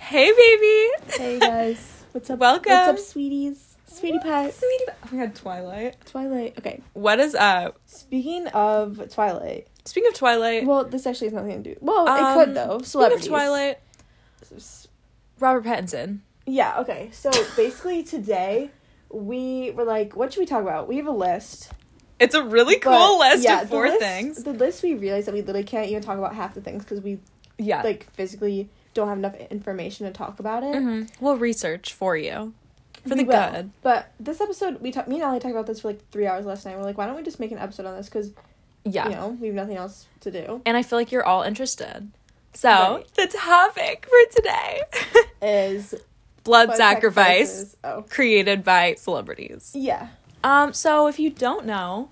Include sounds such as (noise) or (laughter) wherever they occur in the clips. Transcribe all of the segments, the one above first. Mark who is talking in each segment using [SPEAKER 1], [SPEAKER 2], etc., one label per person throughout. [SPEAKER 1] Hey, baby. (laughs)
[SPEAKER 2] Hey guys, what's up?
[SPEAKER 1] Welcome.
[SPEAKER 2] What's up, sweeties? Sweetie pie.
[SPEAKER 1] Sweetie. Oh my god, Twilight.
[SPEAKER 2] Twilight. Okay.
[SPEAKER 1] What is up?
[SPEAKER 2] Speaking of Twilight,
[SPEAKER 1] Speaking of Twilight.
[SPEAKER 2] well, this actually has nothing to do. Well,
[SPEAKER 1] um,
[SPEAKER 2] it could though.
[SPEAKER 1] Speaking of
[SPEAKER 2] Celebrities.
[SPEAKER 1] Twilight, Robert Pattinson.
[SPEAKER 2] Yeah. Okay. So basically, today we were like, what should we talk about? We have a list.
[SPEAKER 1] It's a really cool
[SPEAKER 2] but-
[SPEAKER 1] list
[SPEAKER 2] yeah,
[SPEAKER 1] of
[SPEAKER 2] the
[SPEAKER 1] four
[SPEAKER 2] list-
[SPEAKER 1] things.
[SPEAKER 2] The list we realized that we literally can't even talk about half the things because we
[SPEAKER 1] Yeah.
[SPEAKER 2] like physically don't have enough information to talk about it.
[SPEAKER 1] hmm We'll research for you. For
[SPEAKER 2] Mm-hmm. We
[SPEAKER 1] the
[SPEAKER 2] will.
[SPEAKER 1] good.
[SPEAKER 2] But this episode, we talked. Me and Ali talked about this for like three hours last night. We're like, why don't we just make an episode on this? Because
[SPEAKER 1] Yeah.
[SPEAKER 2] you know we have nothing else to do.
[SPEAKER 1] And I feel like you're all interested. So,
[SPEAKER 2] Right.
[SPEAKER 1] the topic for today (laughs)
[SPEAKER 2] Is
[SPEAKER 1] blood
[SPEAKER 2] blood
[SPEAKER 1] sacrifice
[SPEAKER 2] sacrifices. Oh,
[SPEAKER 1] created by celebrities.
[SPEAKER 2] yeah.
[SPEAKER 1] Um, so if you don't know,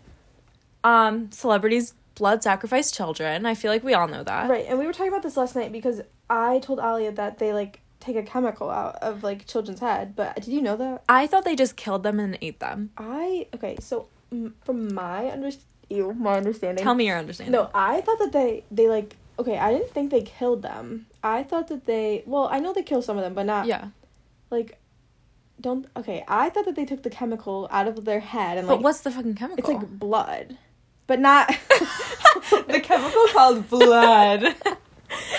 [SPEAKER 1] um, celebrities blood sacrifice children. I feel like we all know that.
[SPEAKER 2] Right, and we were talking about this last night because I told Alia that they like take a chemical out of like children's head, but did you know that?
[SPEAKER 1] I thought they just killed them and ate them.
[SPEAKER 2] I okay, so m- from my under ew, my understanding.
[SPEAKER 1] Tell me your understanding.
[SPEAKER 2] No, I thought that they they like okay, I didn't think they killed them. I thought that they well, I know they killed some of them, but not
[SPEAKER 1] Yeah.
[SPEAKER 2] like don't okay, I thought that they took the chemical out of their head and like
[SPEAKER 1] But what's the fucking chemical? (laughs)
[SPEAKER 2] it's like blood. But not (laughs)
[SPEAKER 1] the chemical called (laughs) blood.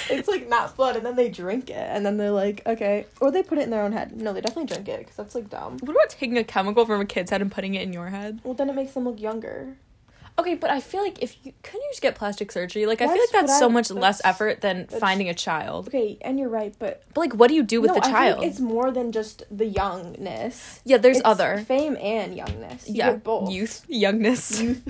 [SPEAKER 2] it's like not blood and then they drink it and then they're like okay or they put it in their own head no they definitely drink it because that's like dumb
[SPEAKER 1] what about taking a chemical from a kid's head and putting it in your head?
[SPEAKER 2] well then it makes them look younger
[SPEAKER 1] Okay, but I feel like if you couldn't you just get plastic surgery? Like I feel
[SPEAKER 2] That's
[SPEAKER 1] like that's
[SPEAKER 2] what
[SPEAKER 1] so
[SPEAKER 2] I-
[SPEAKER 1] much less
[SPEAKER 2] that's-
[SPEAKER 1] effort than
[SPEAKER 2] that's-
[SPEAKER 1] finding a child.
[SPEAKER 2] okay and you're right but
[SPEAKER 1] But like what do you do with
[SPEAKER 2] No,
[SPEAKER 1] the
[SPEAKER 2] I feel like
[SPEAKER 1] child?
[SPEAKER 2] it's more than just the youngness
[SPEAKER 1] yeah, there's
[SPEAKER 2] It's
[SPEAKER 1] other.
[SPEAKER 2] fame and youngness you
[SPEAKER 1] yeah.
[SPEAKER 2] get both (laughs)
[SPEAKER 1] Youth, youngness. (laughs)
[SPEAKER 2] Youth.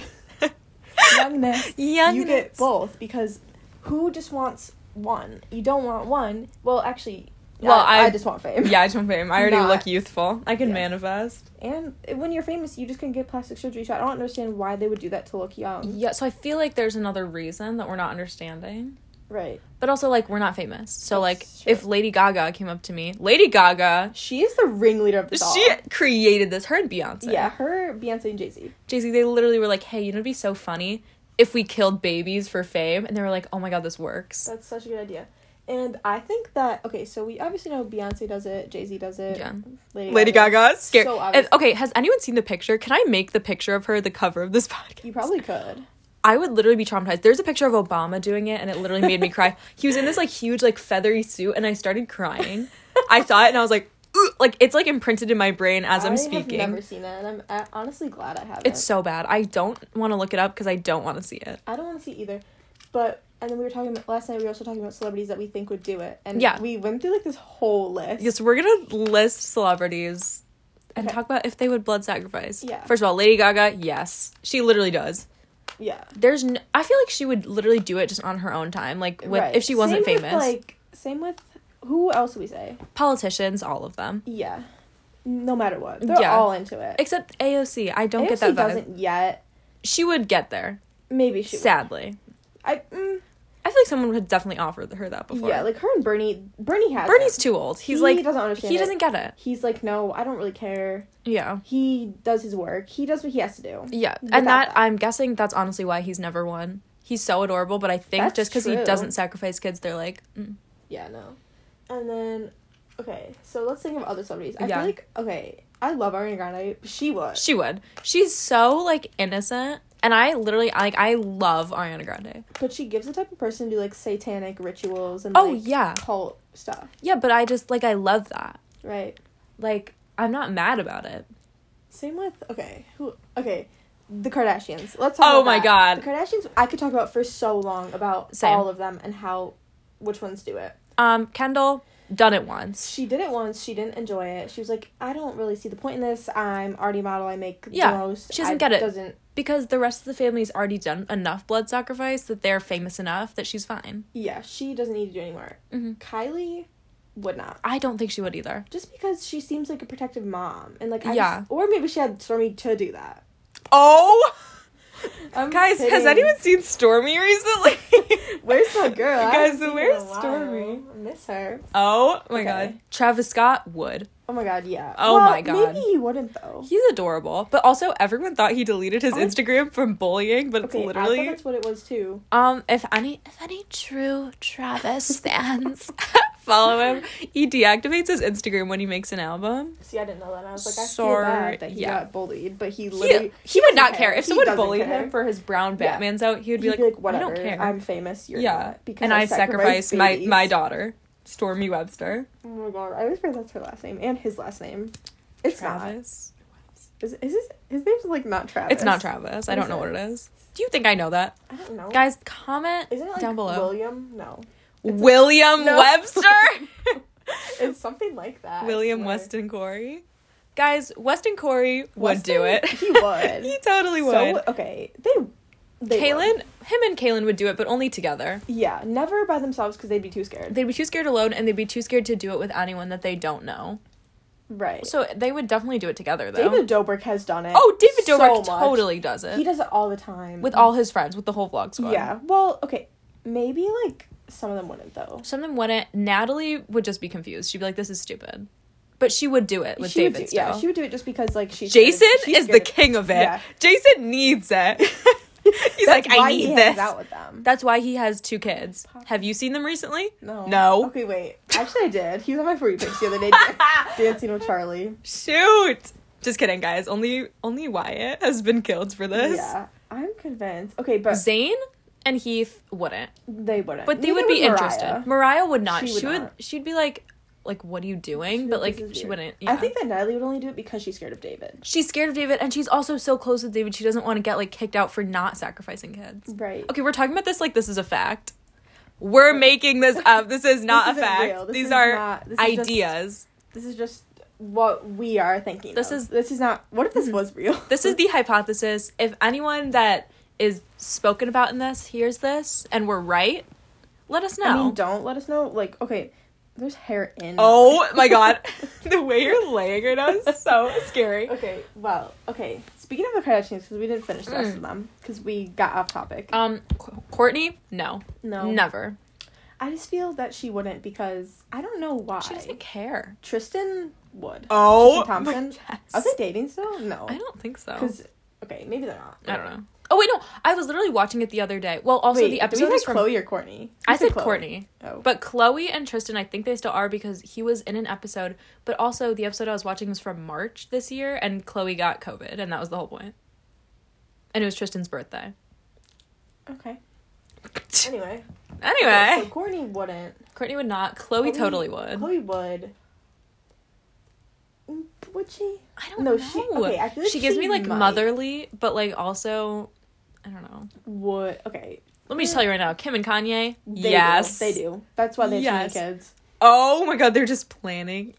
[SPEAKER 2] youngness
[SPEAKER 1] youngness.
[SPEAKER 2] you get both because who just wants one you don't want one well actually
[SPEAKER 1] Well,
[SPEAKER 2] I,
[SPEAKER 1] I-
[SPEAKER 2] I just want fame
[SPEAKER 1] Yeah, I don't fame. I already
[SPEAKER 2] Not-
[SPEAKER 1] look youthful. I can
[SPEAKER 2] Yeah.
[SPEAKER 1] manifest.
[SPEAKER 2] and when you're famous you just can get plastic surgery so i don't understand why they would do that to look young
[SPEAKER 1] Yeah, so I feel like there's another reason that we're not understanding.
[SPEAKER 2] right
[SPEAKER 1] But also like we're not famous. So like
[SPEAKER 2] That's true.
[SPEAKER 1] if Lady Gaga came up to me, Lady Gaga,
[SPEAKER 2] She is the ringleader of this all.
[SPEAKER 1] she created this her and Beyonce.
[SPEAKER 2] Yeah, her, Beyonce, and Jay Z.
[SPEAKER 1] Jay-Z they literally were like, "Hey, you know it'd be so funny if we killed babies for fame." And they were like, "Oh my god, this works."
[SPEAKER 2] That's such a good idea. And I think that okay, so we obviously know Beyonce does it, Jay Z does it,
[SPEAKER 1] Yeah.
[SPEAKER 2] Lady,
[SPEAKER 1] Lady Gaga, scary.
[SPEAKER 2] So
[SPEAKER 1] And-
[SPEAKER 2] obvious.
[SPEAKER 1] okay, has anyone seen the picture? Can I make the picture of her the cover of this (laughs) podcast?
[SPEAKER 2] You probably could.
[SPEAKER 1] I would literally be traumatized. There's a picture of Obama doing it, and it literally made me cry. He was in this like huge, like feathery suit, and I started crying. I saw it, and I was like, "Ooh," like it's like imprinted in my brain as
[SPEAKER 2] I
[SPEAKER 1] I'm
[SPEAKER 2] have
[SPEAKER 1] speaking.
[SPEAKER 2] never seen it, and I'm uh, honestly glad I haven't.
[SPEAKER 1] It's so bad. I don't want to look it up because I don't want to see it.
[SPEAKER 2] I don't want to see either, but and then we were talking about, last night. We were also talking about celebrities that we think would do it, and
[SPEAKER 1] Yeah.
[SPEAKER 2] we went through like this whole list.
[SPEAKER 1] Yes, we're gonna list celebrities and
[SPEAKER 2] Okay.
[SPEAKER 1] talk about if they would blood sacrifice.
[SPEAKER 2] Yeah.
[SPEAKER 1] First of all, Lady Gaga, yes, she literally does.
[SPEAKER 2] Yeah,
[SPEAKER 1] There's, n I feel like she would literally do it just on her own time, like with,
[SPEAKER 2] Right.
[SPEAKER 1] if she wasn't
[SPEAKER 2] Same with,
[SPEAKER 1] famous.
[SPEAKER 2] like same with who else would we say?
[SPEAKER 1] Politicians, all of them,
[SPEAKER 2] Yeah, no matter what, they're
[SPEAKER 1] Yeah.
[SPEAKER 2] all into it.
[SPEAKER 1] except AOC. I don't get that
[SPEAKER 2] AOC
[SPEAKER 1] vibe.
[SPEAKER 2] doesn't yet.
[SPEAKER 1] She would get there.
[SPEAKER 2] Maybe she.
[SPEAKER 1] Sadly.
[SPEAKER 2] I mm,
[SPEAKER 1] I feel like someone would definitely offer th- her that before.
[SPEAKER 2] yeah, like her and Bernie. Bernie has.
[SPEAKER 1] Bernie's
[SPEAKER 2] it.
[SPEAKER 1] too old. He's
[SPEAKER 2] He
[SPEAKER 1] like
[SPEAKER 2] doesn't understand
[SPEAKER 1] he
[SPEAKER 2] it.
[SPEAKER 1] doesn't get it.
[SPEAKER 2] He's like, no, I don't really care.
[SPEAKER 1] Yeah.
[SPEAKER 2] He does his work. He does what he has to do.
[SPEAKER 1] Yeah.
[SPEAKER 2] Without
[SPEAKER 1] And that,
[SPEAKER 2] that.
[SPEAKER 1] I'm guessing that's honestly why he's never won. He's so adorable, but I think
[SPEAKER 2] That's
[SPEAKER 1] just because he
[SPEAKER 2] true.
[SPEAKER 1] doesn't sacrifice kids, they're like, mm.
[SPEAKER 2] Yeah, no. And then, okay, so let's think of other celebrities. I
[SPEAKER 1] Yeah.
[SPEAKER 2] feel like okay, I love Ariana Grande. but She was.
[SPEAKER 1] she would. She's so like innocent, and I literally like I love Ariana Grande.
[SPEAKER 2] but she gives the type of person to do like satanic rituals and
[SPEAKER 1] Oh
[SPEAKER 2] like
[SPEAKER 1] yeah,
[SPEAKER 2] cult stuff,
[SPEAKER 1] yeah, but I just like I love that.
[SPEAKER 2] right?
[SPEAKER 1] Like I'm not mad about it.
[SPEAKER 2] Same with okay, who okay, the Kardashians. Let's talk.
[SPEAKER 1] Oh
[SPEAKER 2] about
[SPEAKER 1] my
[SPEAKER 2] that.
[SPEAKER 1] God.
[SPEAKER 2] the Kardashians. I could talk about for so long about
[SPEAKER 1] Same.
[SPEAKER 2] all of them and how, which ones do it.
[SPEAKER 1] Um, Kendall done it once.
[SPEAKER 2] She did it once. She didn't enjoy it. She was like, I don't really see the point in this. I'm already a model. I make
[SPEAKER 1] Yeah,
[SPEAKER 2] the most.
[SPEAKER 1] she doesn't
[SPEAKER 2] I-
[SPEAKER 1] get it.
[SPEAKER 2] Doesn't.
[SPEAKER 1] because the rest of the family's already done enough blood sacrifice that they're famous enough that she's fine.
[SPEAKER 2] Yeah, she doesn't need to do anymore.
[SPEAKER 1] Mm-hmm.
[SPEAKER 2] Kylie would not.
[SPEAKER 1] I don't think she would either.
[SPEAKER 2] Just because she seems like a protective mom and like I
[SPEAKER 1] Yeah.
[SPEAKER 2] just- or maybe she had Stormy to do that.
[SPEAKER 1] Oh,
[SPEAKER 2] I'm
[SPEAKER 1] guys, has
[SPEAKER 2] kidding.
[SPEAKER 1] anyone seen Stormy
[SPEAKER 2] (laughs)
[SPEAKER 1] recently?
[SPEAKER 2] Where's my girl? I
[SPEAKER 1] Guys,
[SPEAKER 2] haven't seen her
[SPEAKER 1] where's
[SPEAKER 2] in a while.
[SPEAKER 1] Stormy?
[SPEAKER 2] I miss her.
[SPEAKER 1] (laughs) oh my
[SPEAKER 2] Okay.
[SPEAKER 1] god, Travis Scott would.
[SPEAKER 2] Oh my god, yeah.
[SPEAKER 1] Oh my God.
[SPEAKER 2] Maybe he wouldn't though.
[SPEAKER 1] He's adorable, but also everyone thought he deleted his
[SPEAKER 2] I-
[SPEAKER 1] Instagram from bullying, but
[SPEAKER 2] Okay,
[SPEAKER 1] it's
[SPEAKER 2] I
[SPEAKER 1] literally
[SPEAKER 2] thought that's what it was too.
[SPEAKER 1] um. If any, if any true Travis (laughs) fans follow him. He deactivates his Instagram when he makes an album.
[SPEAKER 2] See, I didn't know that. I was like, I
[SPEAKER 1] Sorry,
[SPEAKER 2] feel bad that he
[SPEAKER 1] yeah.
[SPEAKER 2] got bullied, but he
[SPEAKER 1] He,
[SPEAKER 2] literally
[SPEAKER 1] he would
[SPEAKER 2] doesn't
[SPEAKER 1] not care. If
[SPEAKER 2] He
[SPEAKER 1] someone
[SPEAKER 2] doesn't
[SPEAKER 1] bullied
[SPEAKER 2] care.
[SPEAKER 1] him for his brown
[SPEAKER 2] Yeah.
[SPEAKER 1] Batman's out, he would be like,
[SPEAKER 2] whatever.
[SPEAKER 1] I don't care.
[SPEAKER 2] am famous. You're
[SPEAKER 1] yeah.
[SPEAKER 2] not, because
[SPEAKER 1] and I sacrificed my, my daughter, Stormy Webster.
[SPEAKER 2] Oh my god! I always forget that's her last name and his last name. It's not.
[SPEAKER 1] Travis.
[SPEAKER 2] Is, is his his name's like not Travis?
[SPEAKER 1] It's not Travis. I
[SPEAKER 2] What
[SPEAKER 1] don't
[SPEAKER 2] is
[SPEAKER 1] know
[SPEAKER 2] it?
[SPEAKER 1] what it is. Do you think I know that?
[SPEAKER 2] I don't know.
[SPEAKER 1] Guys, comment
[SPEAKER 2] isn't it like
[SPEAKER 1] down below.
[SPEAKER 2] William? No, it's a-
[SPEAKER 1] William
[SPEAKER 2] No. (laughs)
[SPEAKER 1] Webster. (laughs)
[SPEAKER 2] it's something like that. I
[SPEAKER 1] William
[SPEAKER 2] swear.
[SPEAKER 1] Weston Corey. Guys, Weston Corey would do
[SPEAKER 2] Weston?
[SPEAKER 1] it.
[SPEAKER 2] He
[SPEAKER 1] (laughs)
[SPEAKER 2] would.
[SPEAKER 1] he totally would.
[SPEAKER 2] So okay, they. they
[SPEAKER 1] Kaylin,
[SPEAKER 2] would.
[SPEAKER 1] him and Kaylin would do it, but only together.
[SPEAKER 2] Yeah, never by themselves because they'd be too scared.
[SPEAKER 1] They'd be too scared alone, and they'd be too scared to do it with anyone that they don't know.
[SPEAKER 2] right.
[SPEAKER 1] So they would definitely do it together, though.
[SPEAKER 2] David Dobrik has done it.
[SPEAKER 1] oh, David
[SPEAKER 2] so
[SPEAKER 1] Dobrik
[SPEAKER 2] much.
[SPEAKER 1] totally does it
[SPEAKER 2] He does it all the time
[SPEAKER 1] with all his friends, with the whole vlog squad.
[SPEAKER 2] Yeah. Well, okay. Maybe like some of them wouldn't though.
[SPEAKER 1] Some of them wouldn't. Natalie would just be confused. She'd be like, "This is stupid," but she would do it with
[SPEAKER 2] she would
[SPEAKER 1] David.
[SPEAKER 2] do, yeah,
[SPEAKER 1] still.
[SPEAKER 2] she would do it just because like she's scared-
[SPEAKER 1] Jason
[SPEAKER 2] she's
[SPEAKER 1] is the
[SPEAKER 2] scared.
[SPEAKER 1] king of it.
[SPEAKER 2] Yeah.
[SPEAKER 1] Jason needs it. (laughs) He's
[SPEAKER 2] That's
[SPEAKER 1] like, I
[SPEAKER 2] why he
[SPEAKER 1] need
[SPEAKER 2] hangs
[SPEAKER 1] this.
[SPEAKER 2] Out with them.
[SPEAKER 1] That's why he has two kids. Have you seen them recently?
[SPEAKER 2] no.
[SPEAKER 1] No.
[SPEAKER 2] Okay, wait. Actually, I did. He was on my for you page the other day
[SPEAKER 1] (laughs)
[SPEAKER 2] dancing with Charlie.
[SPEAKER 1] Shoot. Just kidding, guys. Only only Wyatt has been killed for this.
[SPEAKER 2] Yeah, I'm convinced. Okay, but
[SPEAKER 1] Zane and Heath wouldn't,
[SPEAKER 2] they wouldn't.
[SPEAKER 1] but they
[SPEAKER 2] Neither
[SPEAKER 1] would be
[SPEAKER 2] Mariah.
[SPEAKER 1] interested. Mariah would not.
[SPEAKER 2] She
[SPEAKER 1] She
[SPEAKER 2] would
[SPEAKER 1] would. She would
[SPEAKER 2] not.
[SPEAKER 1] be like, like, what are you doing?
[SPEAKER 2] She'd
[SPEAKER 1] but
[SPEAKER 2] be
[SPEAKER 1] like,
[SPEAKER 2] like, "This is
[SPEAKER 1] she
[SPEAKER 2] weird."
[SPEAKER 1] wouldn't. Yeah.
[SPEAKER 2] I think that Natalie would only do it because she's scared of David.
[SPEAKER 1] she's scared of David, and she's also so close with David. She doesn't want to get like kicked out for not sacrificing kids.
[SPEAKER 2] Right.
[SPEAKER 1] Okay, we're talking about this like this is a fact. We're making this up. This is not
[SPEAKER 2] isn't
[SPEAKER 1] a fact.
[SPEAKER 2] real. This
[SPEAKER 1] These
[SPEAKER 2] is
[SPEAKER 1] are
[SPEAKER 2] not- this is just-
[SPEAKER 1] ideas.
[SPEAKER 2] This is just what we are thinking.
[SPEAKER 1] This
[SPEAKER 2] of.
[SPEAKER 1] is- Mm.
[SPEAKER 2] this is not. What if this was real?
[SPEAKER 1] This is the hypothesis. If anyone that is spoken about in this hears this and we're right, let us know.
[SPEAKER 2] (laughs) I mean, don't let us know. Like, okay, there's hair in.
[SPEAKER 1] (laughs) oh my god. the way you're laying right now is so scary.
[SPEAKER 2] (laughs) Okay. Well. Okay. Speaking of the Kardashians, because we didn't finish the rest
[SPEAKER 1] Mm.
[SPEAKER 2] of them, because we got off topic.
[SPEAKER 1] Um Qu- Courtney, no.
[SPEAKER 2] no.
[SPEAKER 1] Never.
[SPEAKER 2] I just feel that she wouldn't because I don't know why.
[SPEAKER 1] She doesn't care.
[SPEAKER 2] Tristan would.
[SPEAKER 1] Oh,
[SPEAKER 2] Tristan Thompson.
[SPEAKER 1] yes.
[SPEAKER 2] Are they dating still? No.
[SPEAKER 1] I don't think so.
[SPEAKER 2] Because okay, maybe they're not.
[SPEAKER 1] I don't know. Oh wait, no. I was literally watching it the other day. Well, also
[SPEAKER 2] Wait,
[SPEAKER 1] the
[SPEAKER 2] do we
[SPEAKER 1] episode
[SPEAKER 2] say
[SPEAKER 1] is from
[SPEAKER 2] Chloe or Courtney? We
[SPEAKER 1] I said
[SPEAKER 2] Chloe.
[SPEAKER 1] Courtney.
[SPEAKER 2] Oh.
[SPEAKER 1] But Chloe and Tristan, I think they still are because he was in an episode, but also the episode I was watching was from March this year and Chloe got COVID and that was the whole point. And it was Tristan's birthday.
[SPEAKER 2] Oh, okay. Anyway. Okay, so
[SPEAKER 1] (laughs) anyway,
[SPEAKER 2] Courtney wouldn't.
[SPEAKER 1] Courtney would not. Chloe, totally would.
[SPEAKER 2] Chloe would. Mm, Would she?
[SPEAKER 1] I don't
[SPEAKER 2] No,
[SPEAKER 1] know.
[SPEAKER 2] she-
[SPEAKER 1] She,
[SPEAKER 2] okay, I feel like
[SPEAKER 1] gives
[SPEAKER 2] she
[SPEAKER 1] me like
[SPEAKER 2] might.
[SPEAKER 1] motherly, but like also, I don't know.
[SPEAKER 2] Would okay.
[SPEAKER 1] Let me just tell you right now, Kim and Kanye.
[SPEAKER 2] They
[SPEAKER 1] yes,
[SPEAKER 2] do. they do. That's why they have
[SPEAKER 1] Yes.
[SPEAKER 2] so many kids.
[SPEAKER 1] Oh my God, they're just planning.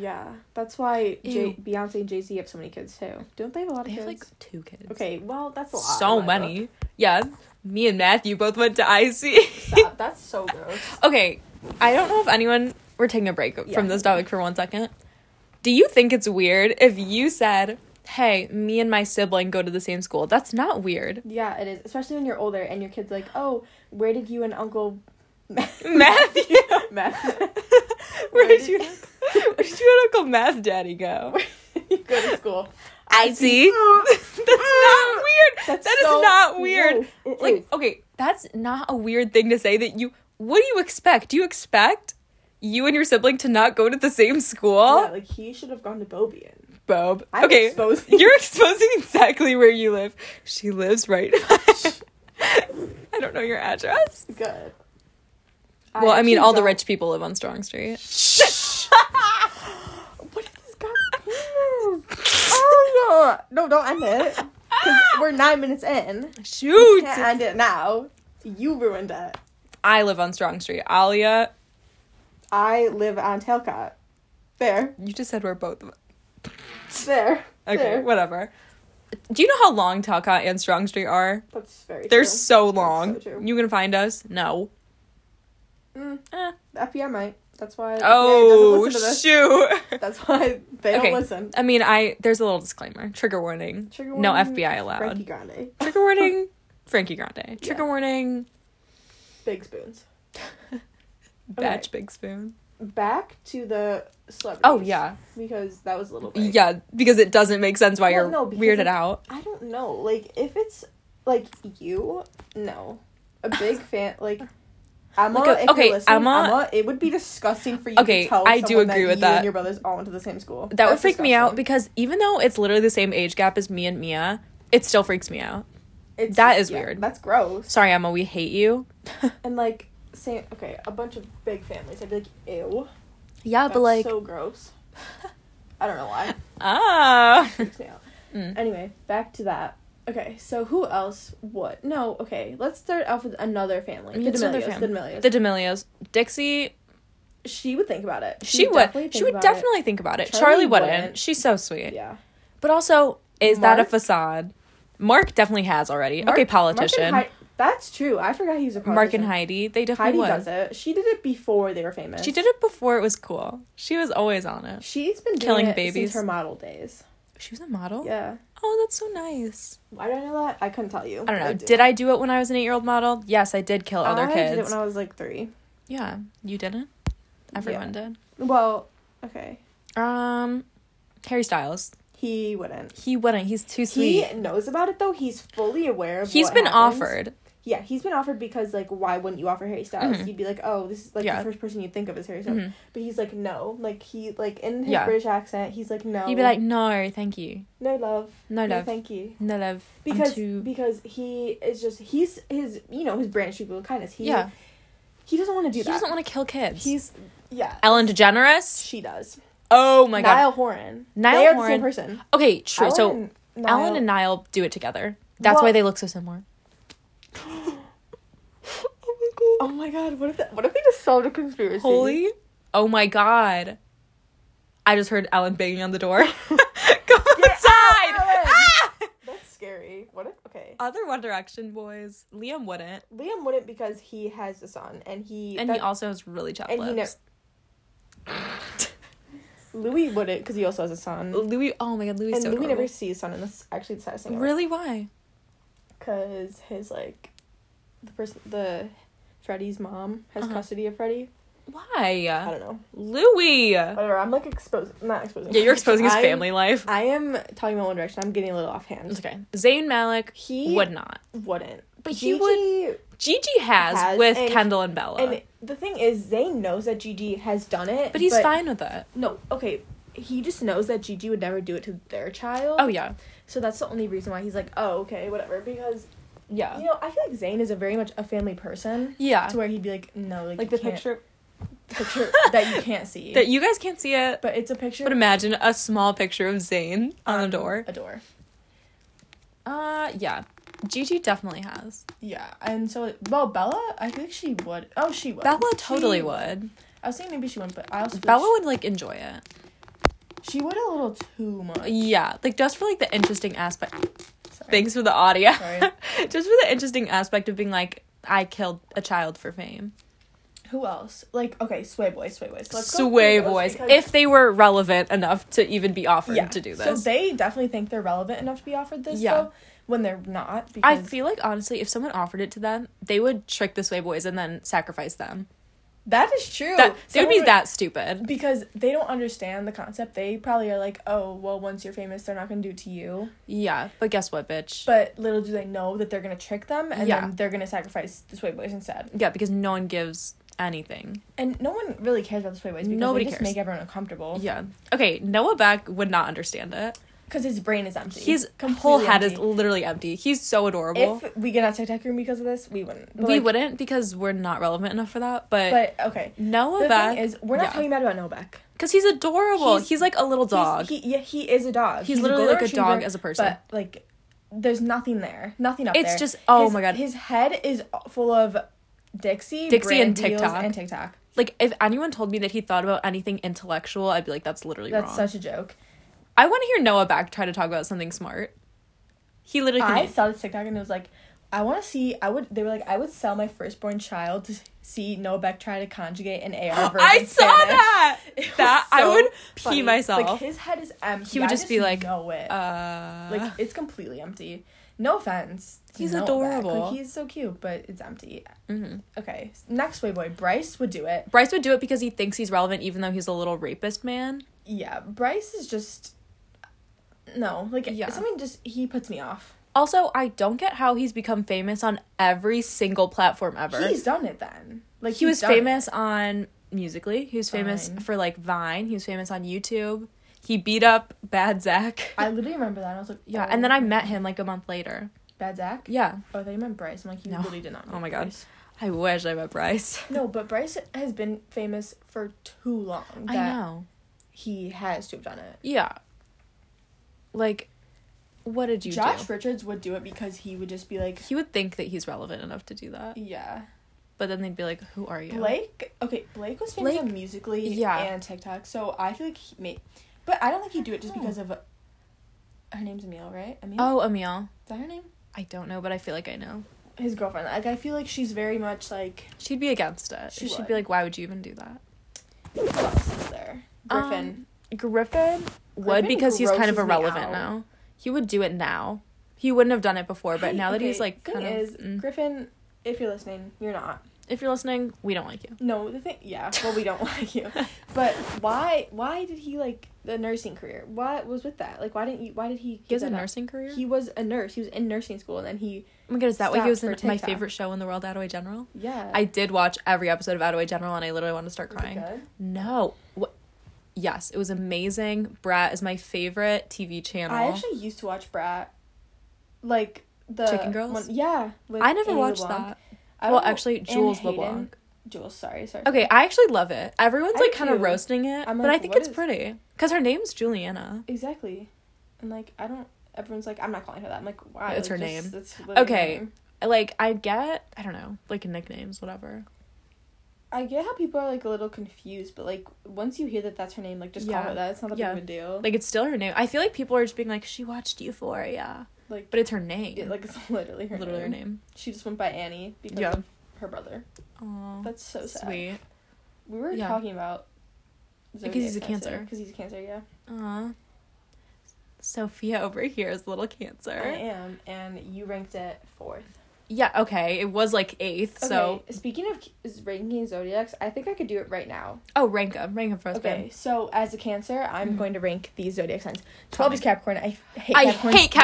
[SPEAKER 2] Yeah, that's why
[SPEAKER 1] Ew.
[SPEAKER 2] J- Beyonce and Jay Z have so many kids too. Don't they have a lot of
[SPEAKER 1] They have
[SPEAKER 2] kids?
[SPEAKER 1] like two kids.
[SPEAKER 2] okay, well that's a lot.
[SPEAKER 1] so
[SPEAKER 2] in my book.
[SPEAKER 1] many.
[SPEAKER 2] (laughs)
[SPEAKER 1] (laughs) Yeah. Me and Matthew both went to IC.
[SPEAKER 2] Stop. That's so gross.
[SPEAKER 1] (laughs) okay. I don't know if anyone we're taking a break
[SPEAKER 2] Yeah.
[SPEAKER 1] from this topic for one second. Do you think it's weird if you said, Hey, me and my sibling go to the same school? That's not weird.
[SPEAKER 2] Yeah, it is. Especially when you're older and your kid's like, oh, where did you and
[SPEAKER 1] (laughs)
[SPEAKER 2] Uncle
[SPEAKER 1] Matthew
[SPEAKER 2] (laughs) Matthew
[SPEAKER 1] Where
[SPEAKER 2] Where
[SPEAKER 1] did
[SPEAKER 2] did-
[SPEAKER 1] you Where did you and Uncle Math Daddy go?
[SPEAKER 2] go to school?
[SPEAKER 1] I see. (laughs) That's
[SPEAKER 2] (laughs)
[SPEAKER 1] not weird. That's
[SPEAKER 2] so
[SPEAKER 1] not weird.
[SPEAKER 2] gross. It
[SPEAKER 1] like
[SPEAKER 2] is.
[SPEAKER 1] okay that's not a weird thing to say that you what do you expect do you expect you and your sibling to not go to the same
[SPEAKER 2] Yeah,
[SPEAKER 1] school
[SPEAKER 2] like he should have gone to Bobian.
[SPEAKER 1] bob
[SPEAKER 2] I'm
[SPEAKER 1] Oh. okay
[SPEAKER 2] (laughs)
[SPEAKER 1] (laughs)
[SPEAKER 2] exposing-
[SPEAKER 1] you're exposing exactly where you live she lives right (laughs)
[SPEAKER 2] (laughs)
[SPEAKER 1] i don't know your address
[SPEAKER 2] Good.
[SPEAKER 1] well i mean
[SPEAKER 2] actually
[SPEAKER 1] all the
[SPEAKER 2] don't-
[SPEAKER 1] rich people live on strong street
[SPEAKER 2] (laughs) What is this guy?
[SPEAKER 1] (laughs)
[SPEAKER 2] oh no! No, don't end it. 'Cause We're nine minutes in.
[SPEAKER 1] (laughs) shoot
[SPEAKER 2] Can't end it now. You ruined it.
[SPEAKER 1] i live on strong street alia
[SPEAKER 2] I live on Talcott. There,
[SPEAKER 1] you just said we're both
[SPEAKER 2] there,
[SPEAKER 1] okay
[SPEAKER 2] there.
[SPEAKER 1] whatever do you know how long talcott and strong street are
[SPEAKER 2] That's very.
[SPEAKER 1] They're
[SPEAKER 2] true.
[SPEAKER 1] so long.
[SPEAKER 2] so true.
[SPEAKER 1] you can find us? No.
[SPEAKER 2] Mm,
[SPEAKER 1] Eh.
[SPEAKER 2] the FBI might. That's why. the
[SPEAKER 1] Oh
[SPEAKER 2] FBI doesn't listen to this.
[SPEAKER 1] shoot.
[SPEAKER 2] That's why they
[SPEAKER 1] Okay.
[SPEAKER 2] don't listen.
[SPEAKER 1] I mean, I there's a little disclaimer. Trigger warning.
[SPEAKER 2] Trigger
[SPEAKER 1] no
[SPEAKER 2] warning,
[SPEAKER 1] FBI allowed.
[SPEAKER 2] Frankie Grande,
[SPEAKER 1] Trigger
[SPEAKER 2] (laughs)
[SPEAKER 1] warning. Frankie Grande. Trigger
[SPEAKER 2] Yeah.
[SPEAKER 1] warning.
[SPEAKER 2] big spoons.
[SPEAKER 1] Batch Big Spoon.
[SPEAKER 2] Back to the celebrities.
[SPEAKER 1] Oh yeah,
[SPEAKER 2] because that was a little. Big.
[SPEAKER 1] yeah. Because it doesn't make sense why
[SPEAKER 2] Well,
[SPEAKER 1] you're
[SPEAKER 2] no, because
[SPEAKER 1] weirded
[SPEAKER 2] it's-
[SPEAKER 1] out.
[SPEAKER 2] I don't know.
[SPEAKER 1] (laughs)
[SPEAKER 2] Like if it's like you, no, a big fan. Like Emma,
[SPEAKER 1] Like a-
[SPEAKER 2] if
[SPEAKER 1] okay,
[SPEAKER 2] you're listening,
[SPEAKER 1] Emma-
[SPEAKER 2] Emma, it would be disgusting for you
[SPEAKER 1] Okay,
[SPEAKER 2] to tell
[SPEAKER 1] I do
[SPEAKER 2] someone
[SPEAKER 1] agree
[SPEAKER 2] that
[SPEAKER 1] with
[SPEAKER 2] you
[SPEAKER 1] that.
[SPEAKER 2] and your brothers all went to the same school.
[SPEAKER 1] That would
[SPEAKER 2] That's
[SPEAKER 1] freak me out
[SPEAKER 2] disgusting.
[SPEAKER 1] because even though it's literally the same age gap as me and Mia, it still freaks me out.
[SPEAKER 2] It's
[SPEAKER 1] that
[SPEAKER 2] just-
[SPEAKER 1] is weird.
[SPEAKER 2] That's gross.
[SPEAKER 1] Sorry, Emma, we hate
[SPEAKER 2] (laughs)
[SPEAKER 1] you.
[SPEAKER 2] And like, same. Okay, a bunch of big families. I'd be like, ew.
[SPEAKER 1] yeah,
[SPEAKER 2] That's
[SPEAKER 1] but like,
[SPEAKER 2] so gross. I don't know why. (laughs)
[SPEAKER 1] ah.
[SPEAKER 2] Freaks me out.
[SPEAKER 1] Mm.
[SPEAKER 2] Anyway, back to that. Okay, so who else? What? No. Okay, let's start off with another family. The
[SPEAKER 1] It's another
[SPEAKER 2] D'Amelios.
[SPEAKER 1] family.
[SPEAKER 2] The D'Amelios.
[SPEAKER 1] The D'Amelios. Dixie,
[SPEAKER 2] she would think about it.
[SPEAKER 1] she, would.
[SPEAKER 2] definitely
[SPEAKER 1] She
[SPEAKER 2] think
[SPEAKER 1] would
[SPEAKER 2] about it.
[SPEAKER 1] definitely think about it. Charlie,
[SPEAKER 2] Charlie
[SPEAKER 1] wouldn't.
[SPEAKER 2] wouldn't.
[SPEAKER 1] She's so sweet.
[SPEAKER 2] Yeah.
[SPEAKER 1] But also, is that a
[SPEAKER 2] Mark?
[SPEAKER 1] facade? Mark definitely has already.
[SPEAKER 2] Mark-
[SPEAKER 1] okay,
[SPEAKER 2] Mark and
[SPEAKER 1] politician. Mark
[SPEAKER 2] Hei- that's true. I forgot he was a
[SPEAKER 1] and,
[SPEAKER 2] politician.
[SPEAKER 1] Heidi, they definitely
[SPEAKER 2] Heidi
[SPEAKER 1] would.
[SPEAKER 2] does it. She did it before they were famous.
[SPEAKER 1] She did it before it was cool. She was always on it.
[SPEAKER 2] She's been
[SPEAKER 1] Killing
[SPEAKER 2] killing doing it
[SPEAKER 1] babies.
[SPEAKER 2] since her model days.
[SPEAKER 1] She was a model.
[SPEAKER 2] Yeah.
[SPEAKER 1] Oh, that's so nice.
[SPEAKER 2] Why do I know that? I couldn't tell you.
[SPEAKER 1] I don't know. Did I do it when I was an eight-year-old model? Yes, I did kill other
[SPEAKER 2] I
[SPEAKER 1] kids.
[SPEAKER 2] did it when I was like three.
[SPEAKER 1] yeah, you didn't. Everyone
[SPEAKER 2] Well, okay.
[SPEAKER 1] did. Um, Harry Styles.
[SPEAKER 2] He wouldn't.
[SPEAKER 1] He wouldn't. He's too
[SPEAKER 2] He
[SPEAKER 1] sweet.
[SPEAKER 2] knows about it though. He's fully aware of.
[SPEAKER 1] He, has
[SPEAKER 2] what
[SPEAKER 1] been
[SPEAKER 2] happens.
[SPEAKER 1] offered.
[SPEAKER 2] Yeah, he's been offered because like, why wouldn't you offer Harry Styles?
[SPEAKER 1] Mhm.
[SPEAKER 2] You'd be like, oh, this is like
[SPEAKER 1] Yeah.
[SPEAKER 2] the first person you'd think of as Harry Styles.
[SPEAKER 1] Mhm.
[SPEAKER 2] But he's like, no. Like he like in his
[SPEAKER 1] Yeah.
[SPEAKER 2] British accent, he's like, no.
[SPEAKER 1] He'd be like, "No, thank you.
[SPEAKER 2] no love,
[SPEAKER 1] No love.
[SPEAKER 2] thank you.
[SPEAKER 1] No love." I'm
[SPEAKER 2] because
[SPEAKER 1] too-
[SPEAKER 2] because he is just he's his you know his branch people of kindness he
[SPEAKER 1] yeah,
[SPEAKER 2] he doesn't want to do
[SPEAKER 1] he
[SPEAKER 2] that
[SPEAKER 1] doesn't want to kill kids.
[SPEAKER 2] he's yeah
[SPEAKER 1] Ellen DeGeneres.
[SPEAKER 2] she does
[SPEAKER 1] Oh my god.
[SPEAKER 2] Niall Horan
[SPEAKER 1] Niall
[SPEAKER 2] they are
[SPEAKER 1] Horan.
[SPEAKER 2] the same person
[SPEAKER 1] Okay, true. so
[SPEAKER 2] Ellen and
[SPEAKER 1] Alan
[SPEAKER 2] Niall-
[SPEAKER 1] and Niall do it together. That's why
[SPEAKER 2] Well-
[SPEAKER 1] they look so similar.
[SPEAKER 2] (laughs) oh my god oh my god what if that, what if we just solved a conspiracy
[SPEAKER 1] Holy. Oh my god. I just heard Alan banging on the
[SPEAKER 2] (laughs)
[SPEAKER 1] door. (laughs) Come outside.
[SPEAKER 2] Alan!
[SPEAKER 1] Ah!
[SPEAKER 2] that's scary what if okay
[SPEAKER 1] Other One Direction boys. Liam wouldn't.
[SPEAKER 2] Liam wouldn't because he has a son and he
[SPEAKER 1] And he
[SPEAKER 2] that-
[SPEAKER 1] also has really chapped
[SPEAKER 2] and he
[SPEAKER 1] lips.
[SPEAKER 2] Louis wouldn't because he also has a son
[SPEAKER 1] Louis oh my god, Louis
[SPEAKER 2] and
[SPEAKER 1] so
[SPEAKER 2] Louis
[SPEAKER 1] adorable.
[SPEAKER 2] never sees his son and that's actually the saddest thing ever.
[SPEAKER 1] Really why?
[SPEAKER 2] because his like the person the Freddy's mom has
[SPEAKER 1] Uh-huh.
[SPEAKER 2] custody of Freddy. I
[SPEAKER 1] Why?
[SPEAKER 2] don't know.
[SPEAKER 1] Louis. Yeah,
[SPEAKER 2] Whatever. I'm like exposing. Not exposing.
[SPEAKER 1] you're exposing his
[SPEAKER 2] I'm-
[SPEAKER 1] family life.
[SPEAKER 2] I am talking about One Direction. I'm getting a little
[SPEAKER 1] It's
[SPEAKER 2] offhand.
[SPEAKER 1] okay. Zayn Malik
[SPEAKER 2] He
[SPEAKER 1] would not.
[SPEAKER 2] wouldn't.
[SPEAKER 1] But he
[SPEAKER 2] Gigi,
[SPEAKER 1] would Gigi has,
[SPEAKER 2] Has,
[SPEAKER 1] with
[SPEAKER 2] and-
[SPEAKER 1] Kendall and Bella.
[SPEAKER 2] And the thing is, Zayn knows that Gigi has done it.
[SPEAKER 1] but he's fine with it.
[SPEAKER 2] No, okay. He just knows that Gigi would never do it to their child.
[SPEAKER 1] Oh yeah.
[SPEAKER 2] So that's the only reason why he's like, oh, okay, whatever. Because
[SPEAKER 1] Yeah.
[SPEAKER 2] you know, I feel like Zayn is a very much a family person.
[SPEAKER 1] Yeah.
[SPEAKER 2] To where he'd be like, no, like,
[SPEAKER 1] Like
[SPEAKER 2] you
[SPEAKER 1] the
[SPEAKER 2] can't-
[SPEAKER 1] picture
[SPEAKER 2] picture that you
[SPEAKER 1] (laughs)
[SPEAKER 2] can't see.
[SPEAKER 1] that you guys can't see it.
[SPEAKER 2] but it's a picture.
[SPEAKER 1] But imagine a small picture of Zayn on the door.
[SPEAKER 2] A door.
[SPEAKER 1] Uh, yeah. Gigi definitely has.
[SPEAKER 2] Yeah, and so well, Bella. I think she would. Oh, she would.
[SPEAKER 1] Bella totally
[SPEAKER 2] She-
[SPEAKER 1] would.
[SPEAKER 2] I was saying maybe she wouldn't, but I also feel
[SPEAKER 1] Bella
[SPEAKER 2] like
[SPEAKER 1] would like enjoy it.
[SPEAKER 2] she, she would a little too much.
[SPEAKER 1] Yeah, like just for like the interesting aspect. (laughs)
[SPEAKER 2] Sorry.
[SPEAKER 1] Thanks for the audio.
[SPEAKER 2] Sorry.
[SPEAKER 1] (laughs) just for the interesting aspect of being like, I killed a child for fame.
[SPEAKER 2] Who else? Like okay, Sway Boy, Sway Boy. So let's go
[SPEAKER 1] Sway
[SPEAKER 2] through those
[SPEAKER 1] boys,
[SPEAKER 2] because-
[SPEAKER 1] if they were relevant enough to even be offered
[SPEAKER 2] yeah,
[SPEAKER 1] to do
[SPEAKER 2] so
[SPEAKER 1] this.
[SPEAKER 2] they definitely think they're relevant enough to be offered this.
[SPEAKER 1] Yeah.
[SPEAKER 2] though, when they're not. Because
[SPEAKER 1] I feel like honestly, if someone offered it to them, they would trick the Sway boys and then sacrifice them.
[SPEAKER 2] that is true.
[SPEAKER 1] That they would
[SPEAKER 2] Someone
[SPEAKER 1] be that stupid.
[SPEAKER 2] because they don't understand the concept. They probably are like, oh, well, once you're famous, they're not gonna do it to you.
[SPEAKER 1] Yeah, but guess what, bitch?
[SPEAKER 2] But little do they know that they're gonna trick them, and
[SPEAKER 1] Yeah.
[SPEAKER 2] then they're gonna sacrifice the Sway Boys instead.
[SPEAKER 1] Yeah, because no one gives anything.
[SPEAKER 2] And no one really cares about the sway boys because
[SPEAKER 1] Nobody
[SPEAKER 2] they just
[SPEAKER 1] cares.
[SPEAKER 2] make everyone uncomfortable.
[SPEAKER 1] Yeah. Okay, Noah Beck would not understand it.
[SPEAKER 2] Because his brain is empty.
[SPEAKER 1] His
[SPEAKER 2] Completely
[SPEAKER 1] whole head is
[SPEAKER 2] empty.
[SPEAKER 1] literally empty. He's so adorable.
[SPEAKER 2] If we get out of tech room because of this, we wouldn't. But
[SPEAKER 1] we
[SPEAKER 2] like-
[SPEAKER 1] wouldn't because we're not relevant enough for that, but,
[SPEAKER 2] But okay.
[SPEAKER 1] Noah
[SPEAKER 2] the
[SPEAKER 1] Beck
[SPEAKER 2] thing is, we're not
[SPEAKER 1] yeah.
[SPEAKER 2] talking bad about Novak.
[SPEAKER 1] cuz he's adorable. He's,
[SPEAKER 2] He's-
[SPEAKER 1] like a little dog.
[SPEAKER 2] He's, he, yeah, he is a dog.
[SPEAKER 1] He's literally
[SPEAKER 2] golden
[SPEAKER 1] like a
[SPEAKER 2] retriever,
[SPEAKER 1] dog as a person.
[SPEAKER 2] But like, there's nothing there. Nothing up
[SPEAKER 1] it's
[SPEAKER 2] there.
[SPEAKER 1] just oh
[SPEAKER 2] His-
[SPEAKER 1] my god.
[SPEAKER 2] His head is full of Dixie,
[SPEAKER 1] Dixie and
[SPEAKER 2] brand deals,
[SPEAKER 1] TikTok.
[SPEAKER 2] and TikTok.
[SPEAKER 1] like if anyone told me that he thought about anything intellectual, I'd be like that's literally
[SPEAKER 2] That's
[SPEAKER 1] wrong.
[SPEAKER 2] such a joke.
[SPEAKER 1] I want to hear Noah Beck try to talk about something smart. He literally
[SPEAKER 2] I
[SPEAKER 1] can
[SPEAKER 2] saw this TikTok and it was like, I want to see. I would. They were like, I would sell my firstborn child to see Noah Beck try to conjugate an AR verb.
[SPEAKER 1] (gasps) I
[SPEAKER 2] in
[SPEAKER 1] saw
[SPEAKER 2] Spanish.
[SPEAKER 1] that.
[SPEAKER 2] (laughs) It was
[SPEAKER 1] That I
[SPEAKER 2] so
[SPEAKER 1] would pee
[SPEAKER 2] funny.
[SPEAKER 1] myself.
[SPEAKER 2] Like his head is empty.
[SPEAKER 1] He would
[SPEAKER 2] I
[SPEAKER 1] just be like,
[SPEAKER 2] know it.
[SPEAKER 1] uh
[SPEAKER 2] like it's completely empty. No offense. to
[SPEAKER 1] He's
[SPEAKER 2] Noah Beck,
[SPEAKER 1] adorable.
[SPEAKER 2] Like, he's so cute, but it's empty.
[SPEAKER 1] mhm.
[SPEAKER 2] Okay, s- next way boy Bryce would do it.
[SPEAKER 1] Bryce would do it because he thinks he's relevant, even though he's a little rapist man.
[SPEAKER 2] Yeah, Bryce is just no like
[SPEAKER 1] Yeah.
[SPEAKER 2] something. Just he puts me off.
[SPEAKER 1] Also, I don't get how he's become famous on every single platform ever.
[SPEAKER 2] He's done it then. Like
[SPEAKER 1] he
[SPEAKER 2] he's
[SPEAKER 1] was
[SPEAKER 2] done it.
[SPEAKER 1] famous on Musically. He was famous
[SPEAKER 2] Vine.
[SPEAKER 1] for like Vine. He was famous on YouTube. He beat up Bad Zach.
[SPEAKER 2] I literally remember that. And I was like,
[SPEAKER 1] yeah,
[SPEAKER 2] oh,
[SPEAKER 1] and then I met him like a month later.
[SPEAKER 2] Bad Zach.
[SPEAKER 1] Yeah.
[SPEAKER 2] Oh, they meant Bryce. I'm like, you
[SPEAKER 1] No.
[SPEAKER 2] literally did not.
[SPEAKER 1] Oh
[SPEAKER 2] meet
[SPEAKER 1] my God.
[SPEAKER 2] Bryce.
[SPEAKER 1] I wish I met Bryce.
[SPEAKER 2] No, but Bryce has been famous for too long that
[SPEAKER 1] I know.
[SPEAKER 2] he has to have done it.
[SPEAKER 1] Yeah. Like, what did you
[SPEAKER 2] Josh
[SPEAKER 1] do?
[SPEAKER 2] Richards would do it because he would just be like,
[SPEAKER 1] He would think that he's relevant enough to do that,
[SPEAKER 2] yeah.
[SPEAKER 1] but then they'd be like, "Who are you?"
[SPEAKER 2] Blake, okay, Blake was famous
[SPEAKER 1] Blake-
[SPEAKER 2] on Musically
[SPEAKER 1] yeah.
[SPEAKER 2] and TikTok, so I feel like he may, but I don't think he'd do it just
[SPEAKER 1] No.
[SPEAKER 2] because of her name's Emil, right? Emil,
[SPEAKER 1] Oh, Emil.
[SPEAKER 2] is that her name?
[SPEAKER 1] I don't know, but I feel like I know.
[SPEAKER 2] His girlfriend. Like I feel like she's very much like
[SPEAKER 1] She'd be against it.
[SPEAKER 2] She
[SPEAKER 1] She would
[SPEAKER 2] would.
[SPEAKER 1] be like, "Why would you even do that?"
[SPEAKER 2] who else is there? Griffin.
[SPEAKER 1] Griffin Um, would
[SPEAKER 2] Griffin
[SPEAKER 1] because he's kind of
[SPEAKER 2] grosses me
[SPEAKER 1] irrelevant
[SPEAKER 2] out.
[SPEAKER 1] now. He would do it now. He wouldn't have done it before, but
[SPEAKER 2] Hey,
[SPEAKER 1] now that he's
[SPEAKER 2] okay,
[SPEAKER 1] like
[SPEAKER 2] thing
[SPEAKER 1] kind of.
[SPEAKER 2] is,
[SPEAKER 1] mm.
[SPEAKER 2] Griffin. If you're listening, you're not.
[SPEAKER 1] if you're listening, we don't like you.
[SPEAKER 2] No, the thing. Yeah, well, we don't (laughs)
[SPEAKER 1] (laughs)
[SPEAKER 2] like you. But why? Why did he like the nursing career? Why was with that? Like, why didn't you? Why did he?
[SPEAKER 1] He
[SPEAKER 2] give
[SPEAKER 1] has a
[SPEAKER 2] that up?
[SPEAKER 1] nursing career.
[SPEAKER 2] He was a nurse. He was in nursing school, and then he.
[SPEAKER 1] oh my god, is that why he was
[SPEAKER 2] stopped
[SPEAKER 1] in
[SPEAKER 2] for
[SPEAKER 1] my
[SPEAKER 2] TikTok.
[SPEAKER 1] favorite show in the world, Attaway General?
[SPEAKER 2] Yeah.
[SPEAKER 1] I did watch every episode of Attaway General, and I literally wanted to start
[SPEAKER 2] Was it
[SPEAKER 1] crying.
[SPEAKER 2] good?
[SPEAKER 1] No. What? Yes, it was amazing. Brat is my favorite TV channel.
[SPEAKER 2] I actually used to watch Brat, like the
[SPEAKER 1] Chicken Girls?
[SPEAKER 2] one- yeah, with
[SPEAKER 1] I never
[SPEAKER 2] Annie
[SPEAKER 1] watched
[SPEAKER 2] LeBlanc.
[SPEAKER 1] that.
[SPEAKER 2] I
[SPEAKER 1] well,
[SPEAKER 2] don't know-
[SPEAKER 1] actually,
[SPEAKER 2] and
[SPEAKER 1] Jules
[SPEAKER 2] Hayden-
[SPEAKER 1] LeBlanc.
[SPEAKER 2] Jules, sorry, sorry.
[SPEAKER 1] Okay, I actually love it. Everyone's
[SPEAKER 2] I
[SPEAKER 1] like
[SPEAKER 2] do
[SPEAKER 1] kind of
[SPEAKER 2] too.
[SPEAKER 1] roasting it,
[SPEAKER 2] I'm
[SPEAKER 1] but
[SPEAKER 2] like,
[SPEAKER 1] I think
[SPEAKER 2] what
[SPEAKER 1] it's
[SPEAKER 2] is-
[SPEAKER 1] pretty because her name's Juliana.
[SPEAKER 2] exactly, and like I don't. Everyone's like, I'm not calling her that. I'm like, why?
[SPEAKER 1] It's
[SPEAKER 2] Like,
[SPEAKER 1] her
[SPEAKER 2] just-
[SPEAKER 1] name.
[SPEAKER 2] it's literally her
[SPEAKER 1] Okay.
[SPEAKER 2] name.
[SPEAKER 1] Like I get, I don't know, like nicknames, whatever.
[SPEAKER 2] I get how people are like a little confused, but like once you hear that that's her name, like just
[SPEAKER 1] Yeah.
[SPEAKER 2] call her that. It's not that
[SPEAKER 1] Yeah.
[SPEAKER 2] big of a deal.
[SPEAKER 1] Like it's still her name. I feel like people are just being like, she watched Euphoria,
[SPEAKER 2] like,
[SPEAKER 1] but it's her name,
[SPEAKER 2] yeah, like it's (laughs) literally her
[SPEAKER 1] literally
[SPEAKER 2] name.
[SPEAKER 1] her name.
[SPEAKER 2] She just went by Annie because
[SPEAKER 1] Yeah.
[SPEAKER 2] of her brother.
[SPEAKER 1] Aw,
[SPEAKER 2] That's so sad.
[SPEAKER 1] sweet.
[SPEAKER 2] We were
[SPEAKER 1] Yeah.
[SPEAKER 2] talking about
[SPEAKER 1] Because he's a cancer.
[SPEAKER 2] Because he's a cancer, yeah.
[SPEAKER 1] Aw. Sophia over here is a little cancer.
[SPEAKER 2] I am, and you ranked it fourth.
[SPEAKER 1] Yeah. Okay. It was like eighth. So
[SPEAKER 2] okay, speaking of c- is ranking zodiacs, I think I could do it right now.
[SPEAKER 1] oh, rank them. Rank them for us, babe.
[SPEAKER 2] Okay, so as a Cancer, I'm
[SPEAKER 1] Mhm.
[SPEAKER 2] going to rank these zodiac signs.
[SPEAKER 1] Tell
[SPEAKER 2] Twelve is Capricorn. I f- hate.
[SPEAKER 1] I
[SPEAKER 2] Capricorns
[SPEAKER 1] hate
[SPEAKER 2] with a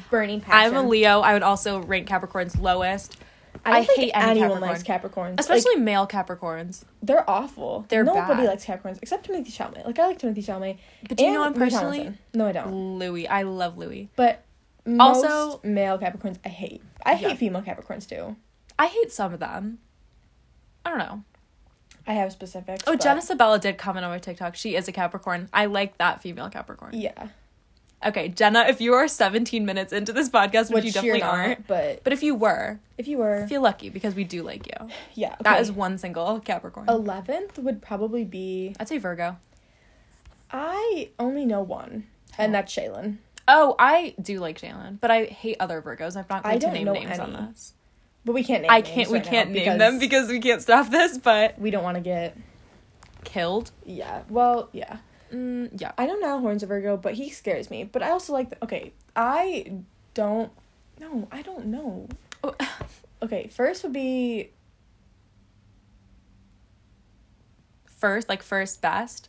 [SPEAKER 1] Capricorns.
[SPEAKER 2] burning passion.
[SPEAKER 1] I'm a Leo. I would also rank Capricorns lowest,
[SPEAKER 2] I, don't
[SPEAKER 1] I
[SPEAKER 2] think
[SPEAKER 1] hate any
[SPEAKER 2] anyone likes Capricorns. Especially
[SPEAKER 1] especially male Capricorns.
[SPEAKER 2] they're awful.
[SPEAKER 1] They're
[SPEAKER 2] nobody
[SPEAKER 1] bad.
[SPEAKER 2] likes Capricorns except Timothy Chalamet. Like I like Timothy Chalamet.
[SPEAKER 1] But do you know him
[SPEAKER 2] and Lee
[SPEAKER 1] personally?
[SPEAKER 2] Tomlinson. No, I don't.
[SPEAKER 1] Louis. I love Louis.
[SPEAKER 2] But most
[SPEAKER 1] Also-
[SPEAKER 2] male Capricorns I hate. I
[SPEAKER 1] Yeah.
[SPEAKER 2] hate female Capricorns too.
[SPEAKER 1] I hate some of them. I don't know.
[SPEAKER 2] I have specifics.
[SPEAKER 1] Oh,
[SPEAKER 2] but-
[SPEAKER 1] Jenna Sabella did comment on my TikTok. She is a Capricorn. I like that female Capricorn.
[SPEAKER 2] Yeah,
[SPEAKER 1] Okay, Jenna, if you are 17 minutes into this podcast, which, you definitely
[SPEAKER 2] not,
[SPEAKER 1] aren't,
[SPEAKER 2] But
[SPEAKER 1] but if you were,
[SPEAKER 2] if you were,
[SPEAKER 1] feel lucky because we do like you.
[SPEAKER 2] yeah, okay. Oh.
[SPEAKER 1] That is one single Capricorn.
[SPEAKER 2] Eleventh would probably be.
[SPEAKER 1] I'd say Virgo.
[SPEAKER 2] I only know one, and
[SPEAKER 1] Oh.
[SPEAKER 2] that's Shaylin.
[SPEAKER 1] Oh, I do like Jalen, but I hate other Virgos. I'm not
[SPEAKER 2] I
[SPEAKER 1] going to
[SPEAKER 2] don't
[SPEAKER 1] name
[SPEAKER 2] know
[SPEAKER 1] names on
[SPEAKER 2] any.
[SPEAKER 1] this.
[SPEAKER 2] But we can't. Name
[SPEAKER 1] I
[SPEAKER 2] names
[SPEAKER 1] can't. We
[SPEAKER 2] right now
[SPEAKER 1] can't name them because we can't stop this. But
[SPEAKER 2] we don't want to get.
[SPEAKER 1] killed.
[SPEAKER 2] Yeah. Well, yeah.
[SPEAKER 1] Mm, yeah.
[SPEAKER 2] I don't know Horns of Virgo, but he scares me. But I also like. The, okay, I don't. No, I don't know.
[SPEAKER 1] Oh, (laughs)
[SPEAKER 2] Okay, first would be
[SPEAKER 1] First, like first best,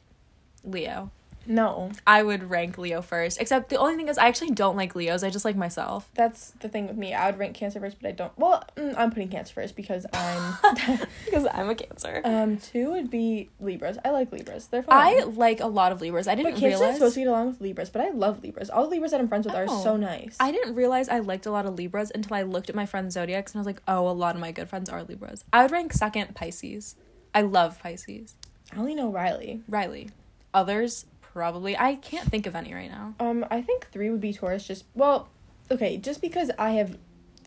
[SPEAKER 1] Leo.
[SPEAKER 2] no.
[SPEAKER 1] I would rank Leo first. Except the only thing is, I actually don't like Leos. I just like myself.
[SPEAKER 2] That's the thing with me. I would rank Cancer first, but I don't. Well, mm, I'm putting Cancer first because I'm.
[SPEAKER 1] (laughs) Because I'm a Cancer.
[SPEAKER 2] um, two would be Libras. I like Libras. They're fun.
[SPEAKER 1] I like a lot of Libras. I
[SPEAKER 2] But
[SPEAKER 1] didn't
[SPEAKER 2] Cancer is
[SPEAKER 1] realize.
[SPEAKER 2] supposed to get along with Libras, but I love Libras. All the Libras that I'm friends with are
[SPEAKER 1] Oh.
[SPEAKER 2] so nice.
[SPEAKER 1] I didn't realize I liked a lot of Libras until I looked at my friend's zodiacs and I was like, oh, a lot of my good friends are Libras. I would rank second Pisces. I love Pisces.
[SPEAKER 2] I only know Riley.
[SPEAKER 1] Riley. Others probably. I can't think of any right now.
[SPEAKER 2] Um, I think three would be Taurus. Just well, okay, just because I have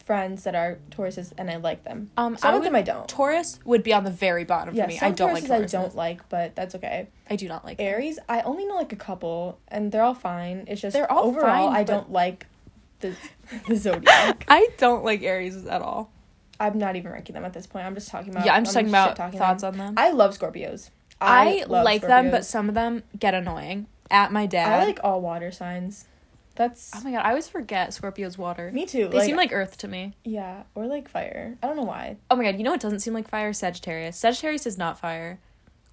[SPEAKER 2] friends that are Tauruses and I like them.
[SPEAKER 1] Um,
[SPEAKER 2] Some
[SPEAKER 1] I
[SPEAKER 2] of them
[SPEAKER 1] would-
[SPEAKER 2] I don't.
[SPEAKER 1] Taurus would be on the very bottom
[SPEAKER 2] yeah,
[SPEAKER 1] for me.
[SPEAKER 2] some
[SPEAKER 1] I don't like
[SPEAKER 2] Tauruses
[SPEAKER 1] Taurus.
[SPEAKER 2] I don't like, but that's okay.
[SPEAKER 1] I do not like them.
[SPEAKER 2] Aries, I only know like a couple, and they're all fine. It's just
[SPEAKER 1] They're all
[SPEAKER 2] overall
[SPEAKER 1] fine,
[SPEAKER 2] I
[SPEAKER 1] but-
[SPEAKER 2] don't like the (laughs) the zodiac.
[SPEAKER 1] I don't like Aries at all.
[SPEAKER 2] I'm not even ranking them at this point. I'm just talking about.
[SPEAKER 1] yeah, I'm just talking about
[SPEAKER 2] shit-talking
[SPEAKER 1] thoughts
[SPEAKER 2] them.
[SPEAKER 1] on them. I,
[SPEAKER 2] I love Scorpios. love
[SPEAKER 1] like them, but
[SPEAKER 2] Scorpios.
[SPEAKER 1] some of them get annoying. At my dad.
[SPEAKER 2] I like all water signs. That's
[SPEAKER 1] oh my god, I always forget Scorpio's water.
[SPEAKER 2] me too.
[SPEAKER 1] They seem like Earth to me.
[SPEAKER 2] yeah, or like fire. I don't know why.
[SPEAKER 1] Oh my god, you know what doesn't seem like fire? Sagittarius. Sagittarius is not fire.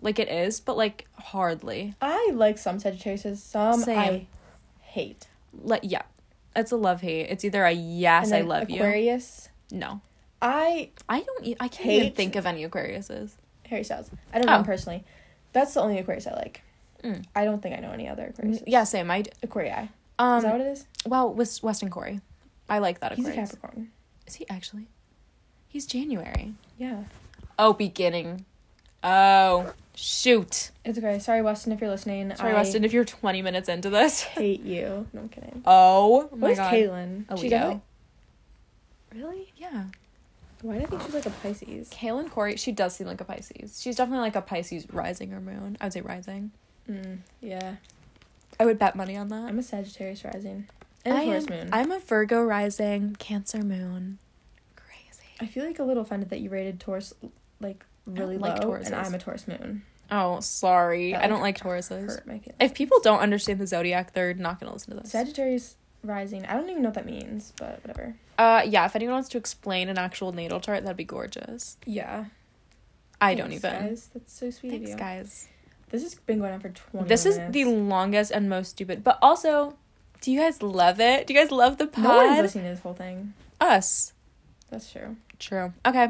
[SPEAKER 1] Like it is, but like hardly.
[SPEAKER 2] I like some Sagittarius, some I
[SPEAKER 1] Same.
[SPEAKER 2] hate.
[SPEAKER 1] Like yeah. It's a love hate. It's either a yes,
[SPEAKER 2] And
[SPEAKER 1] I
[SPEAKER 2] then
[SPEAKER 1] love you.
[SPEAKER 2] Aquarius.
[SPEAKER 1] No,
[SPEAKER 2] I
[SPEAKER 1] I don't. e- I can't even
[SPEAKER 2] Hate.
[SPEAKER 1] think of any Aquariuses.
[SPEAKER 2] Harry Styles. I don't know
[SPEAKER 1] Oh.
[SPEAKER 2] him personally. That's the only Aquarius I like.
[SPEAKER 1] Mm.
[SPEAKER 2] I don't think I know any other Aquarius.
[SPEAKER 1] Yeah, same. I d-
[SPEAKER 2] Aquarii.
[SPEAKER 1] um.
[SPEAKER 2] is that what it is?
[SPEAKER 1] well, Wes- Weston Corey. I like that
[SPEAKER 2] He's a
[SPEAKER 1] Aquarius.
[SPEAKER 2] Capricorn.
[SPEAKER 1] Is he actually? He's January.
[SPEAKER 2] Yeah.
[SPEAKER 1] Oh, beginning. Oh, shoot.
[SPEAKER 2] It's okay. Sorry, Weston, if you're listening.
[SPEAKER 1] Sorry,
[SPEAKER 2] I
[SPEAKER 1] Weston, if you're 20 minutes into this.
[SPEAKER 2] hate you. No, I'm kidding.
[SPEAKER 1] Oh my
[SPEAKER 2] What's
[SPEAKER 1] god.
[SPEAKER 2] Kaylin?
[SPEAKER 1] A
[SPEAKER 2] She's like,
[SPEAKER 1] Leo.
[SPEAKER 2] Really?
[SPEAKER 1] Yeah.
[SPEAKER 2] Why do I think she's like a Pisces?
[SPEAKER 1] Kaylin Corey, she does seem like a Pisces. She's definitely like a Pisces rising or moon. I would say rising.
[SPEAKER 2] Mm, yeah.
[SPEAKER 1] I would bet money on that.
[SPEAKER 2] I'm a Sagittarius rising. And a Taurus moon.
[SPEAKER 1] I'm a Virgo rising, Cancer moon. Crazy.
[SPEAKER 2] I feel like a little offended that you rated Taurus like
[SPEAKER 1] don't
[SPEAKER 2] really
[SPEAKER 1] like
[SPEAKER 2] low, and
[SPEAKER 1] Tauruses.
[SPEAKER 2] I'm a Taurus moon.
[SPEAKER 1] Oh, sorry.
[SPEAKER 2] That,
[SPEAKER 1] I don't like
[SPEAKER 2] like,
[SPEAKER 1] Tauruses.
[SPEAKER 2] Hurt my feelings.
[SPEAKER 1] If people don't understand the zodiac, they're not going to listen to this.
[SPEAKER 2] Sagittarius rising. I don't even know what that means, but whatever.
[SPEAKER 1] Uh yeah, if anyone wants to explain an actual natal chart, that'd be gorgeous.
[SPEAKER 2] Yeah.
[SPEAKER 1] I don't
[SPEAKER 2] Thanks,
[SPEAKER 1] even.
[SPEAKER 2] Guys. That's so sweet
[SPEAKER 1] Thanks,
[SPEAKER 2] of you.
[SPEAKER 1] guys.
[SPEAKER 2] This has been going on for 20
[SPEAKER 1] This is
[SPEAKER 2] minutes.
[SPEAKER 1] the longest and most stupid. But also, do you guys love it? Do you guys love the pod?
[SPEAKER 2] No one's listening to this whole thing.
[SPEAKER 1] Us.
[SPEAKER 2] That's true.
[SPEAKER 1] True. Okay.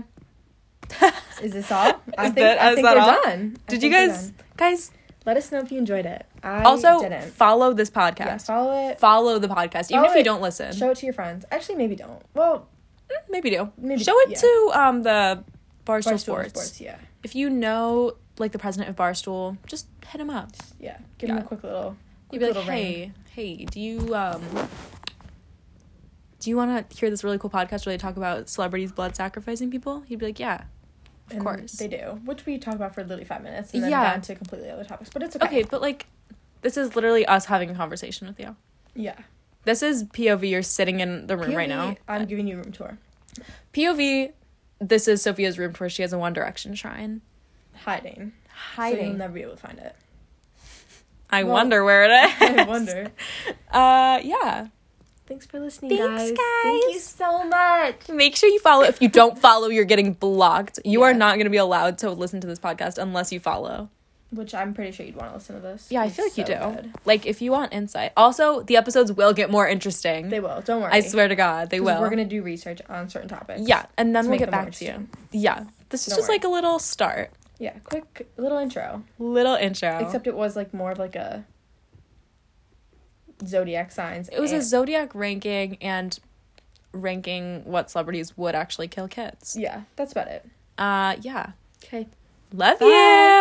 [SPEAKER 2] Is this all? (laughs) I
[SPEAKER 1] Is
[SPEAKER 2] think,
[SPEAKER 1] that-
[SPEAKER 2] I
[SPEAKER 1] is
[SPEAKER 2] think
[SPEAKER 1] that
[SPEAKER 2] we're
[SPEAKER 1] all?
[SPEAKER 2] done. I
[SPEAKER 1] Did you
[SPEAKER 2] think we're
[SPEAKER 1] guys
[SPEAKER 2] done.
[SPEAKER 1] guys
[SPEAKER 2] Let us know if you enjoyed it. I
[SPEAKER 1] also
[SPEAKER 2] didn't.
[SPEAKER 1] follow this
[SPEAKER 2] Yeah,
[SPEAKER 1] podcast.
[SPEAKER 2] follow it.
[SPEAKER 1] follow the podcast. Even
[SPEAKER 2] Follow
[SPEAKER 1] if you
[SPEAKER 2] it.
[SPEAKER 1] don't listen.
[SPEAKER 2] Show it to your friends. Actually, maybe don't. Well,
[SPEAKER 1] Mm, maybe do.
[SPEAKER 2] Maybe-
[SPEAKER 1] show it
[SPEAKER 2] yeah.
[SPEAKER 1] to um the Barstool,
[SPEAKER 2] Barstool
[SPEAKER 1] Sports.
[SPEAKER 2] Yeah,
[SPEAKER 1] If you know like the president of Barstool, just hit him up.
[SPEAKER 2] yeah. Give them
[SPEAKER 1] Yeah.
[SPEAKER 2] a quick little.
[SPEAKER 1] You'd
[SPEAKER 2] Quick
[SPEAKER 1] be like,
[SPEAKER 2] little
[SPEAKER 1] hey,
[SPEAKER 2] ring.
[SPEAKER 1] hey, do you um do you want to hear this really cool podcast where they talk about celebrities blood sacrificing people? He'd be like, yeah.
[SPEAKER 2] And
[SPEAKER 1] course.
[SPEAKER 2] they do, which we talked about for literally five minutes, and then
[SPEAKER 1] Yeah.
[SPEAKER 2] down to completely other topics. But it's okay.
[SPEAKER 1] Okay, but like, this is literally us having a conversation with you.
[SPEAKER 2] Yeah.
[SPEAKER 1] This is POV. You're sitting in the room right
[SPEAKER 2] POV,
[SPEAKER 1] now.
[SPEAKER 2] I'm giving you room tour.
[SPEAKER 1] POV. This is Sophia's room tour. She has a One Direction shrine.
[SPEAKER 2] Hiding. So you'll never be able to find it.
[SPEAKER 1] (laughs) I
[SPEAKER 2] Well,
[SPEAKER 1] wonder where it is.
[SPEAKER 2] (laughs) I wonder.
[SPEAKER 1] Uh, yeah.
[SPEAKER 2] Thanks for listening,
[SPEAKER 1] Thanks,
[SPEAKER 2] guys. Thank you
[SPEAKER 1] guys.
[SPEAKER 2] so much.
[SPEAKER 1] Make sure you follow. If you don't follow, you're getting blocked. You are
[SPEAKER 2] Yeah.
[SPEAKER 1] not going to be allowed to listen to this podcast unless you follow.
[SPEAKER 2] Which I'm pretty sure you'd want to listen to this.
[SPEAKER 1] Yeah, I
[SPEAKER 2] It's
[SPEAKER 1] feel like you do.
[SPEAKER 2] so good.
[SPEAKER 1] Like, if you want insight. Also, the episodes will get more interesting.
[SPEAKER 2] They will. Don't worry.
[SPEAKER 1] I swear to God, they
[SPEAKER 2] 'Cause
[SPEAKER 1] will.
[SPEAKER 2] We're gonna do research on certain topics.
[SPEAKER 1] yeah, and then
[SPEAKER 2] to
[SPEAKER 1] we'll
[SPEAKER 2] make
[SPEAKER 1] get
[SPEAKER 2] them more
[SPEAKER 1] back to you. Yeah. This is
[SPEAKER 2] Don't
[SPEAKER 1] just
[SPEAKER 2] worry.
[SPEAKER 1] like a little start.
[SPEAKER 2] Yeah. Quick little intro.
[SPEAKER 1] little intro.
[SPEAKER 2] Except it was like more of like a zodiac signs.
[SPEAKER 1] it was a
[SPEAKER 2] and-
[SPEAKER 1] zodiac ranking and ranking what celebrities would actually kill kids.
[SPEAKER 2] yeah. That's about it.
[SPEAKER 1] Uh yeah.
[SPEAKER 2] Okay.
[SPEAKER 1] Love
[SPEAKER 2] Bye.
[SPEAKER 1] you.